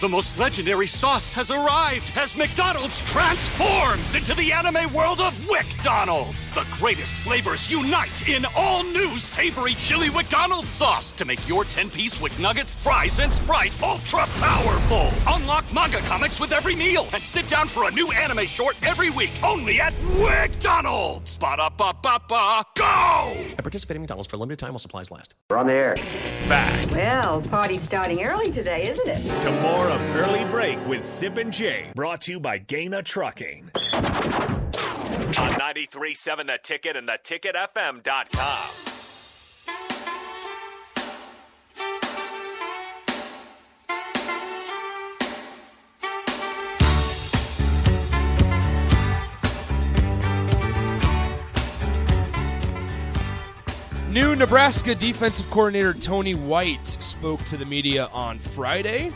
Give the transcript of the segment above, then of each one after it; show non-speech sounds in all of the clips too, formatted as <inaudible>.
The most legendary sauce has arrived as McDonald's transforms into the anime world of WickDonald's. The greatest flavors unite in all new savory chili McDonald's sauce to make your 10-piece Wick Nuggets, fries, and Sprite ultra-powerful. Unlock manga comics with every meal and sit down for a new anime short every week only at WickDonald's. Ba-da-ba-ba-ba, go! and participate in McDonald's for a limited time while supplies last. We're on the air. Back Well, party's starting early today, isn't it? to more of Early Break with Sip and Jay, brought to you by Gaina Trucking. On 93.7 The Ticket and theticketfm.com. New Nebraska defensive coordinator Tony White spoke to the media on Friday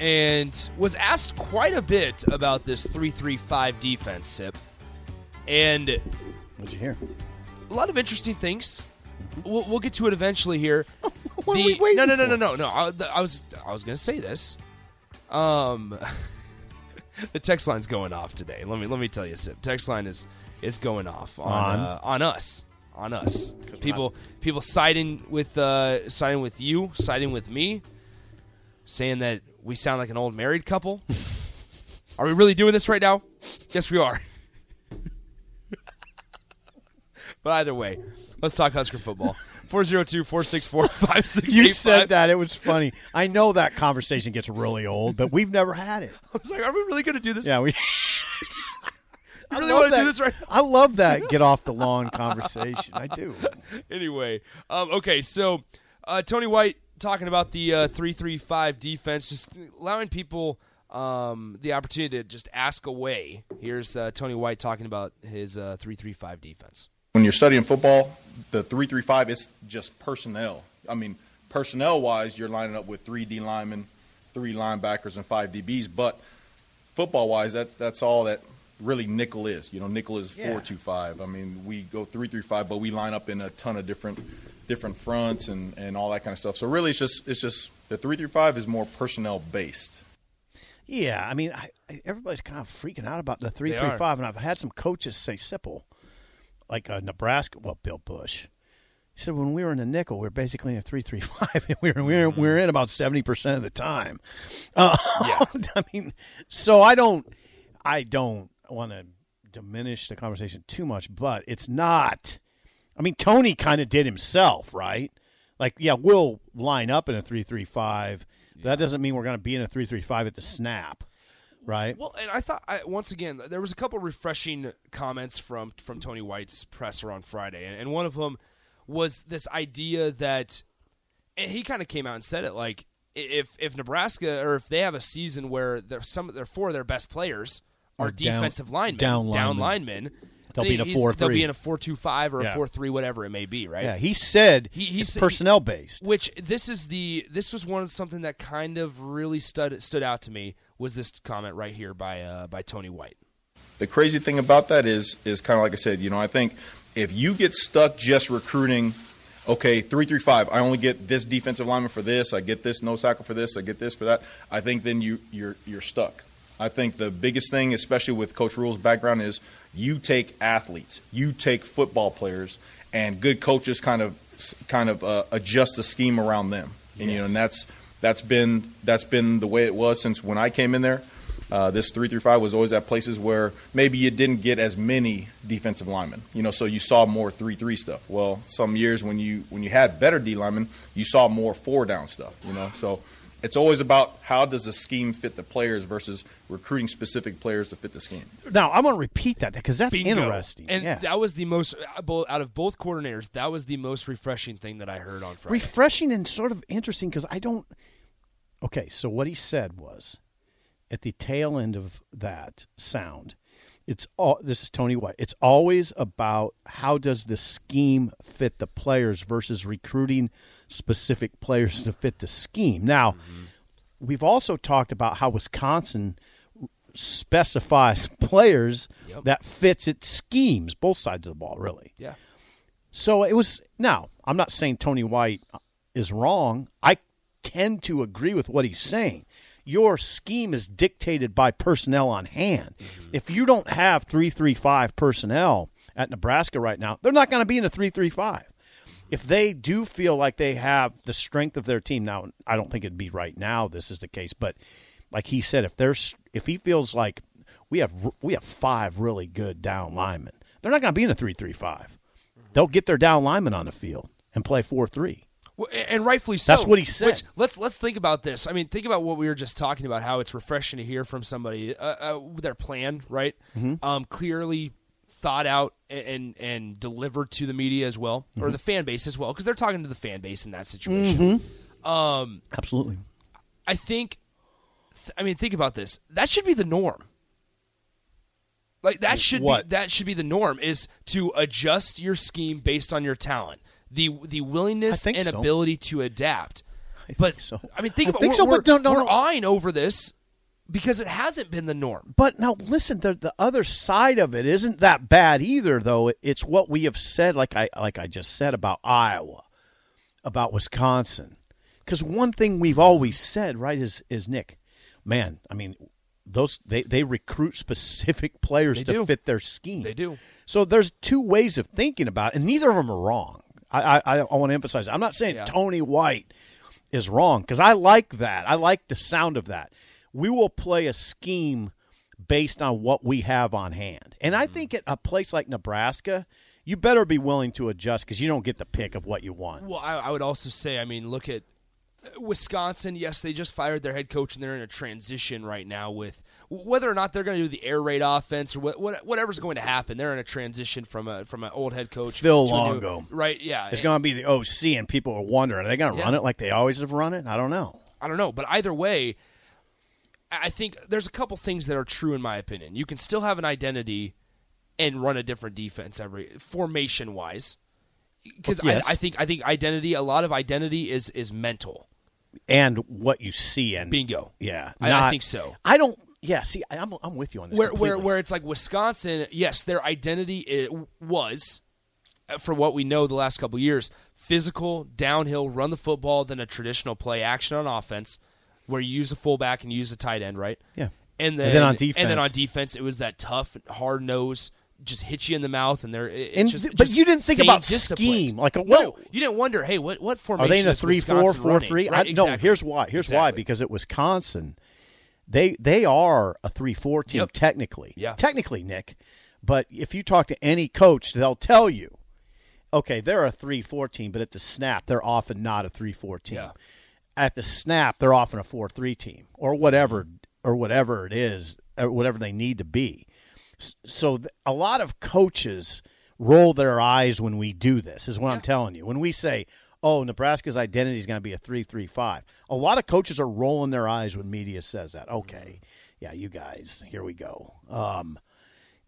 and was asked quite a bit about this 335 defense, Sip. And What'd you hear? a lot of interesting things. We'll, we'll get to it eventually here. <laughs> What The- are we waiting no, no, no, no, for? no, no. I, the- I was, I was gonna say this. Um, the text line's going off today. Let me, let me tell you, Sip. Text line is, is going off on, On? uh, on us, on us. People, people siding with, uh, siding with you, siding with me, saying that we sound like an old married <laughs> couple. are we really doing this right now? Yes, we are. <laughs> But either way, let's talk Husker <laughs> football. 402 464 5685. You said that. It was funny. I know that conversation gets really old, but we've never had it. I was like, are we really going to do this? <laughs> Yeah, we I <laughs> I really love want to do that- this right I love that get off the lawn conversation. I do. <laughs> anyway, um, okay, so uh, Tony White talking about the uh, three three five defense, just allowing people um, the opportunity to just ask away. Here's uh, Tony White talking about his uh, three three five defense. when you're studying football, the three three five is just personnel. I mean, personnel wise, you're lining up with three D linemen, three linebackers, and five DBs. But football wise, that that's all that really nickel is. You know, nickel is Yeah. four two five. I mean, we go three three five, but we line up in a ton of different different fronts and and all that kind of stuff. So really, it's just it's just the three three five is more personnel based. <laughs> Yeah, I mean, I, I- everybody's kind of freaking out about the three are. three five, and I've had some coaches say simple, like uh, Nebraska. Well, Bill Bush. He said when we were in the nickel, we were basically in a three three five, and we were we were, we were in about seventy percent of the time. Uh, <laughs> I mean, so I don't I don't want to diminish the conversation too much, but it's not. I mean, Tony kind of did himself, right? Like, yeah, we'll line up in a three-three-five. But That doesn't mean we're going to be in a three-three-five at the snap, right? Well, and I thought I, once again there was a couple refreshing comments from from Tony White's presser on Friday, and, and one of them was this idea that and he kind of came out and said it like i- if if Nebraska or if they have a season where there's some of their four of their best players are, Are down- defensive linemen, down down linemen. linemen, They'll be in a he's- They'll 4-3. be in a four-two-five or Yeah. a four-three, whatever it may be, right? yeah, he said He- he it's said- personnel based. Which this is the this was one of something that kind of really stood stood out to me was this comment right here by uh, by Tony White. the crazy thing about that is is kind of like I said, you know, I think if you get stuck just recruiting, okay, three three five, I only get this defensive lineman for this, I get this no tackle for this, I get this for that. I think then you you're you're stuck. I think the biggest thing, especially with Coach Rule's background, is you take athletes, you take football players, and good coaches kind of kind of uh, adjust the scheme around them. And you know, and that's that's been that's been the way it was since when I came in there. Uh, this three through five was always at places where maybe you didn't get as many defensive linemen, you know, so you saw more three three stuff. Well, some years when you when you had better D linemen, you saw more four down stuff, you know. So it's always about how does the scheme fit the players versus recruiting specific players to fit the scheme. Now I'm going to repeat that because that's Bingo. interesting. And yeah. that was the most uh, out of both coordinators. That was the most refreshing thing that I heard on Friday. refreshing and sort of interesting because I don't. Okay, so what he said was, at the tail end of that sound, it's all. This is Tony White. It's always about how does the scheme fit the players versus recruiting specific players to fit the scheme. Now, Mm-hmm. we've also talked about how Wisconsin <laughs> specifies players that fits its schemes, both sides of the ball, really yeah, So it was. Now I'm not saying Tony White is wrong. I tend to agree with what he's saying. Your scheme is dictated by personnel on hand. If you don't have three three five personnel at Nebraska right now, they're not going to be in a three three five. If they do feel like they have the strength of their team now, I don't think it'd be right now. This is the case, but like he said, if there's if he feels like we have we have five really good down linemen, they're not going to be in a three three five. They'll get their down linemen on the field and play four three. Well, a- and rightfully so. That's what he said. Which, let's let's think about this. I mean, think about what we were just talking about. How it's refreshing to hear from somebody uh, uh, their plan, right? Mm-hmm. Um, clearly thought out and, and and delivered to the media as well, Mm-hmm. or the fan base as well, because they're talking to the fan base in that situation. Absolutely. I think, th- I mean, think about this. That should be the norm. Like that should What? be that should be the norm is to adjust your scheme based on your talent, the the willingness think and so. ability to adapt. but think so. I mean, think I about think we're, so, but we're, no, no, we're no. eyeing over this because it hasn't been the norm. But now listen, the the other side of it isn't that bad either, though. It's what we have said, like I like I just said about Iowa, about Wisconsin, because one thing we've always said, right, is is Nick, man. I mean, those they they recruit specific <laughs> players They to do. fit their scheme. They do. So there's two ways of thinking about, it, and neither of them are wrong. I I, I want to emphasize. I'm not saying Yeah. Tony White is wrong because I like that. I like the sound of that. We will play a scheme based on what we have on hand, and Mm-hmm. I think at a place like Nebraska, you better be willing to adjust because you don't get the pick of what you want. Well, I, I would also say, I mean, look at uh, Wisconsin. Yes, they just fired their head coach, and they're in a transition right now with whether or not they're going to do the air raid offense or what, what, whatever's going to happen. They're in a transition from a from an old head coach, Phil to a new- Longo. right? Yeah, It's and- going to be the OC, and people are wondering, are they going to Yeah. run it like they always have run it? I don't know. I don't know, but either way, I I think there's a couple things that are true in my opinion. You can still have an identity and run a different defense every formation wise, because Yes. I, I think I think identity a lot of identity is is mental. And what you see, and Bingo. yeah, I- I not- think so. I don't. Yeah, see, I- I'm I'm with you on this. where where completely. where it's like Wisconsin, yes, their identity i was uh, for what we know the last couple of years, physical, downhill, run the football, then a traditional play action on offense where you use the fullback and you use the tight end, right? Yeah. And then, then on and then defense- on defense, it was that tough, hard nose, just hit you in the mouth, and they're. It, it And just, th- it but just you didn't think stayed about disciplined. scheme, like a- no, well- you didn't wonder, hey, what what Are formation they in a is three four Wisconsin four running? three? Right, I, No, exactly. here's why. Here's why Exactly. because at Wisconsin, they they are a three four team Yep. technically. Yeah. technically, Nick. But if you talk to any coach, they'll tell you, okay, they're a three four team, but at the snap, they're often not a three four team. Yeah. At the snap, they're often a four three team or whatever or whatever it is or whatever they need to be so th- a lot of coaches roll their eyes when we do this is what i'm telling you when we say oh nebraska's identity is going to be a 335 a lot of coaches are rolling their eyes when media says that okay Mm-hmm. yeah you guys here we go um,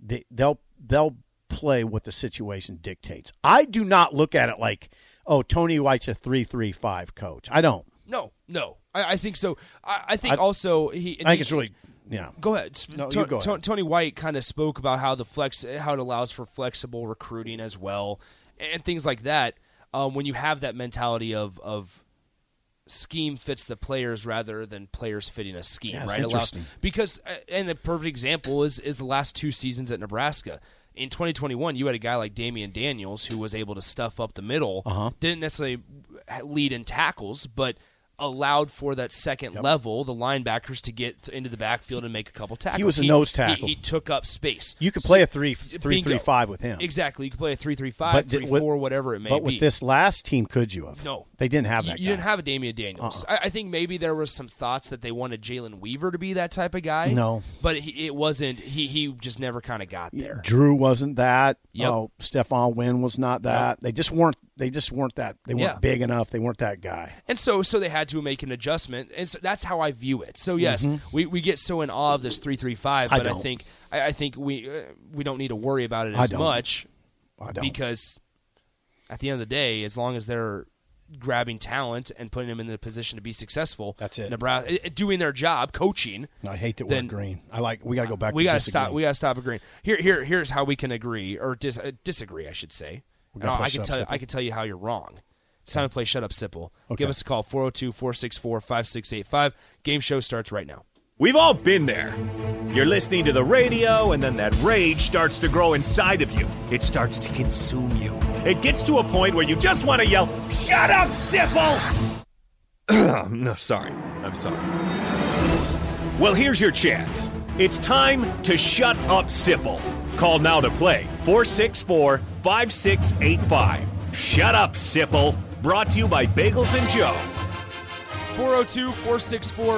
they, they'll they'll play what the situation dictates i do not look at it like oh tony white's a 335 coach i don't No, no, I, I think so. I, I think also he. i think it's really yeah Go ahead. Sp- No, To- you go To- ahead. Tony White kind of spoke about how the flex, how it allows for flexible recruiting as well, and things like that. Um, when you have that mentality of of scheme fits the players rather than players fitting a scheme, Yeah, it's right? It allows- interesting. because uh, and the perfect example is is the last two seasons at Nebraska. In 2021, you had a guy like Damian Daniels who was able to stuff up the middle, Uh-huh. didn't necessarily lead in tackles, but allowed for that second level, the linebackers to get th- into the backfield and make a couple tackles. was a nose tackle. He, he took up space. you could play a three Bingo. three three five with him Exactly. You could play a three three five, But did- three with- four, whatever it may but be. with this last team could you have No, they didn't have You- that Uh-uh. You, guy. didn't have a Damian Daniels. I, I think maybe there was some thoughts that they wanted Jalen Weaver to be that type of guy. No. but he, it wasn't. He he just never kind of got there. Drew wasn't that. Yep. Oh, Stephon Wynn was not that. They just weren't. They just weren't that. They weren't Yeah. big enough. They weren't that guy. And so so they had to make an adjustment, and so that's how I view it. So yes, we, we get so in awe of this three three five, Mm-hmm. I but I don't. think I, I think we uh, we don't need to worry about it I as don't. much I don't. because at the end of the day, as long as they're grabbing talent and putting them in the position to be successful, That's it. Nebraska eh, doing their job, coaching. And I hate that Then- we're green. I like. We got to go back. we to gotta disagreeing. stop. We gotta stop agreeing. Here, here, here's how we can agree or dis- uh, disagree. I should say We're And gonna I play can Shut Up, tell you, Sipple. I can tell you how you're wrong. It's time to play Shut Up Sipple. Okay. Give us a call 402-464-5685. Game show starts right now. We've all been there. You're listening to the radio, and then that rage starts to grow inside of you. It starts to consume you. It gets to a point where you just want to yell, Shut up, Sipple! <clears throat> no, sorry. I'm sorry. Well, here's your chance. It's time to shut up, Sipple. Call now to play 464 5685. Shut up, Sipple. Brought to you by Bagels and Joe.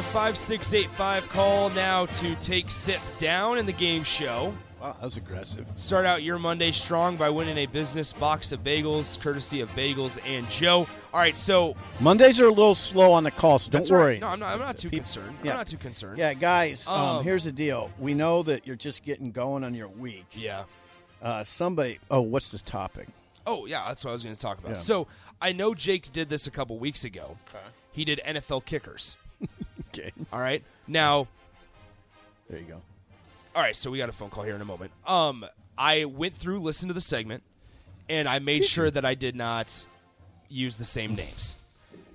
402-464-5685. Call now to take Sip down in the game show. Wow, that was aggressive. Start out your Monday strong by winning a business box of bagels, courtesy of Bagels and Joe. All right, so Mondays are a little slow on the calls. don't That's all right. worry. No, I'm not. I'm not too Peop- concerned. yeah. I'm not too concerned. Yeah, guys, um, Um, here's the deal. We know that you're just getting going on your week. Yeah. Uh, somebody, oh, what's the topic? <laughs> Oh yeah, that's what I was going to talk about. Yeah. So I know Jake did this a couple weeks ago. He did NFL kickers. Okay. All right. Now, There you go. all right. So we got a phone call here in a moment. Um, I went through, listened to the segment, and I made sure that I did not use the same names.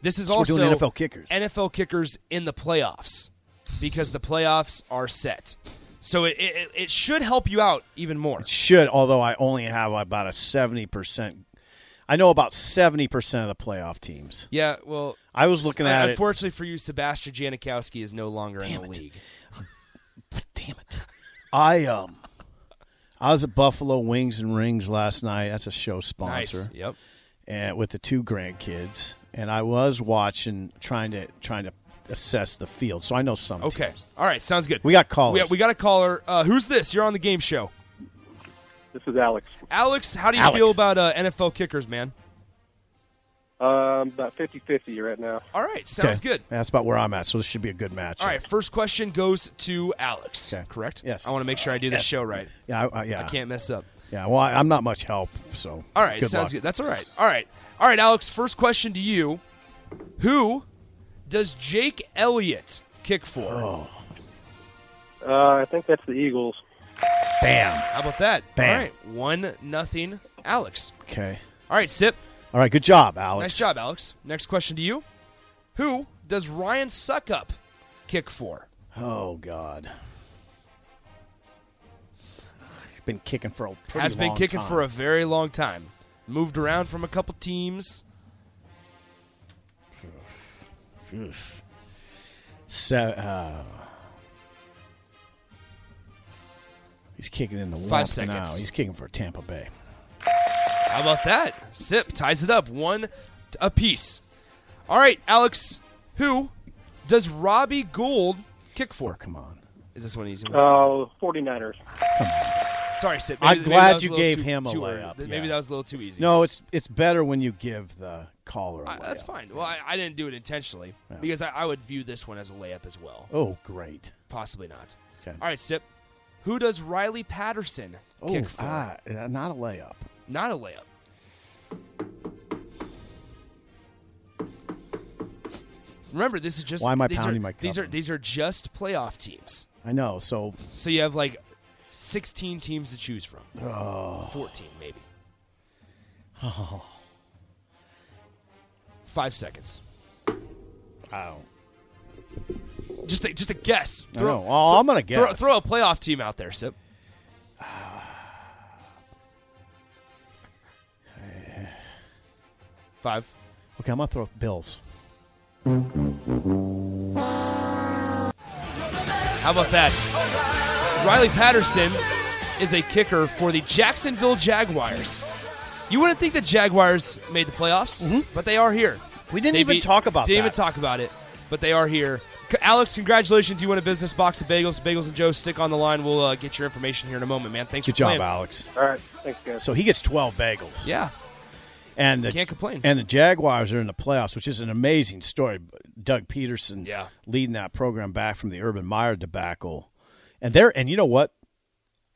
This is we're also doing NFL kickers. NFL kickers in the playoffs because the playoffs are set. So it, it, it- it should help you out even more. Should, although I only have about a 70%. I know about 70% of the playoff teams. Yeah, well, I was looking Uh, at it. unfortunately for you, Sebastian Janikowski is no longer in the league. Damn it. <laughs> I, um, I was at Buffalo Wings and Rings last night. That's a show Nice. sponsor. Yep. and with the two grandkids, and I was watching, trying to trying to assess the field. So I know some. Okay. teams. All right. Sounds good. We got callers. We, we got a caller. Uh, who's this? You're on the game show. This is Alex. Alex, how do you Alex. feel about uh, NFL kickers, man? Um, about 50-50 right now. All right. Sounds Okay. good. That's about where I'm at. So this should be a good match. All right. First question goes to Alex. Okay. Correct. Yes. I want to make sure I do this show right. Yeah. I, I, yeah. I can't mess up. Yeah. Well, I, I'm not much help. So. All right. sounds luck. good. That's all right. All right. All right, Alex. First question to you: Who does Jake Elliott kick for? Oh. Uh, I think that's the Eagles. Bam. How about that? Bam. All right. One nothing. Alex. Okay. All right, Sip. All right. Good job, Alex. Nice job, Alex. Next question to you. Who does Ryan Suckup kick for? Oh God. He's been kicking for a pretty Has been long kicking time. for a very long time. Moved around from a couple teams. So, uh, he's kicking in the Five warmth now. seconds. He's kicking for Tampa Bay. How about that? Sip ties it up one t- apiece. All right, Alex. Who does Robbie Gould kick for? Oh, Come on. Is this one easy? one? Uh, 49ers. Sorry, Sip. I'm Maybe- maybe that glad was a you little gave too- him a too early. layup, Maybe yeah. that was a little too easy. No, it's it's better when you give the caller. a I- that's layup. fine. Well, I, I didn't do it intentionally because I, I would view this one as a layup as well. Oh, great. Possibly not. Okay. All right, Sip. Who does Riley Patterson Oh, kick for? ah, uh, not a layup. Not a layup. Remember, this is just. Why am I these pounding are, my These cup? are these are just playoff teams. I know. So So you have like sixteen teams to choose from. Oh. Fourteen, maybe. Five seconds. oh, Just a, just a guess. I know. Well, I'm gonna Throw, guess. throw a playoff team out there, Sip. <sighs> Five. Okay, I'm gonna throw Bills. How about that? Riley Patterson is a kicker for the Jacksonville Jaguars. You wouldn't think the Jaguars made the playoffs, but they are here. Mm-hmm. We didn't They even beat- talk about Didn't that. even talk about it, but they are here. C- Alex, congratulations! You won a business box of bagels. Bagels and Joe, stick on the line. We'll uh, get your information here in a moment, man. Thanks Good for job, playing. Alex. All right. Thanks, guys. So he gets 12 bagels. Yeah, And the, Can't complain. And the Jaguars are in the playoffs, which is an amazing story. Doug Peterson Yeah. leading that program back from the Urban Meyer debacle. And they're and you know what?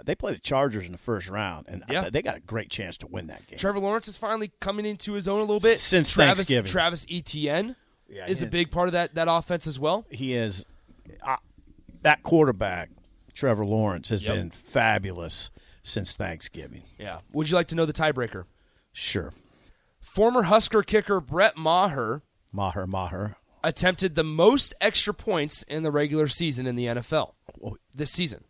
They play the Chargers in the first round, and Yeah. they got a great chance to win that game. Trevor Lawrence is finally coming into his own a little bit Since Travis, Thanksgiving. Travis Etienne Yeah, is a he- big part of that that offense as <laughs> well. he is uh, that quarterback, Trevor Lawrence, has Yep. been fabulous since Thanksgiving. Yeah. Would you like to know the tiebreaker? Sure. Former Husker kicker Brett Maher Maher, Maher. attempted the most extra points in the regular season in the NFL Oh. this season.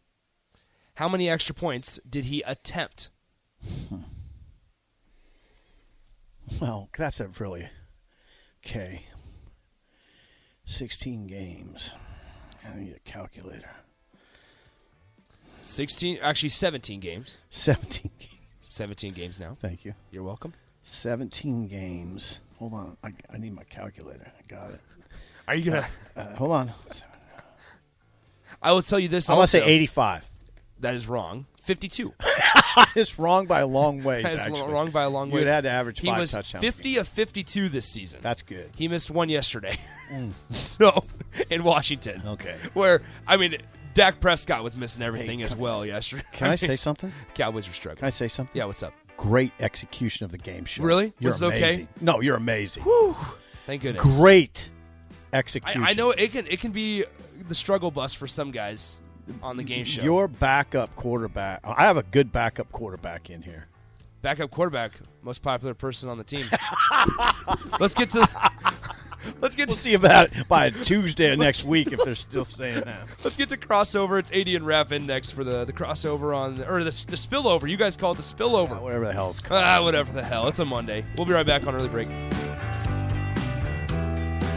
How many extra points did he attempt? Well, that's a really. Okay. 16 games. I need a calculator. 16, actually 17 games. 17 <laughs> games. 17 games now. Thank you. You're welcome. 17 games. Hold on. I, I need my calculator. I got it. Are you going to? Uh, hold on. I will tell you this. I want to say also. <laughs> 85. That is wrong. 52. It's wrong by a long ways. That's actually. wrong by a long way. You'd had to average he five was touchdowns. 50 of 52 this season. That's good. Mm. He missed one yesterday. <laughs> so, in Washington. Okay. Where, I mean, Dak Prescott was missing everything as come well yesterday. <laughs> Can I say something? Cowboys were struggling. Can I say something? Yeah, what's up? Great execution of the game show. Really? You're Was it okay? amazing. No, you're amazing. Thank goodness. Great execution. I, I know it can it can be the struggle bus for some guys on the game show. Your backup quarterback. I have a good backup quarterback in here. backup quarterback, most popular person on the team. <laughs> let's get to <laughs> Let's get to We'll see about it by Tuesday of next week if they're still saying <laughs> that. Let's get to crossover. It's AD and Rap Index for the, the crossover on or the, the spillover. You guys call it the spillover. Whatever the hell's Ah, whatever the hell. It's a Monday. We'll be right back on early break.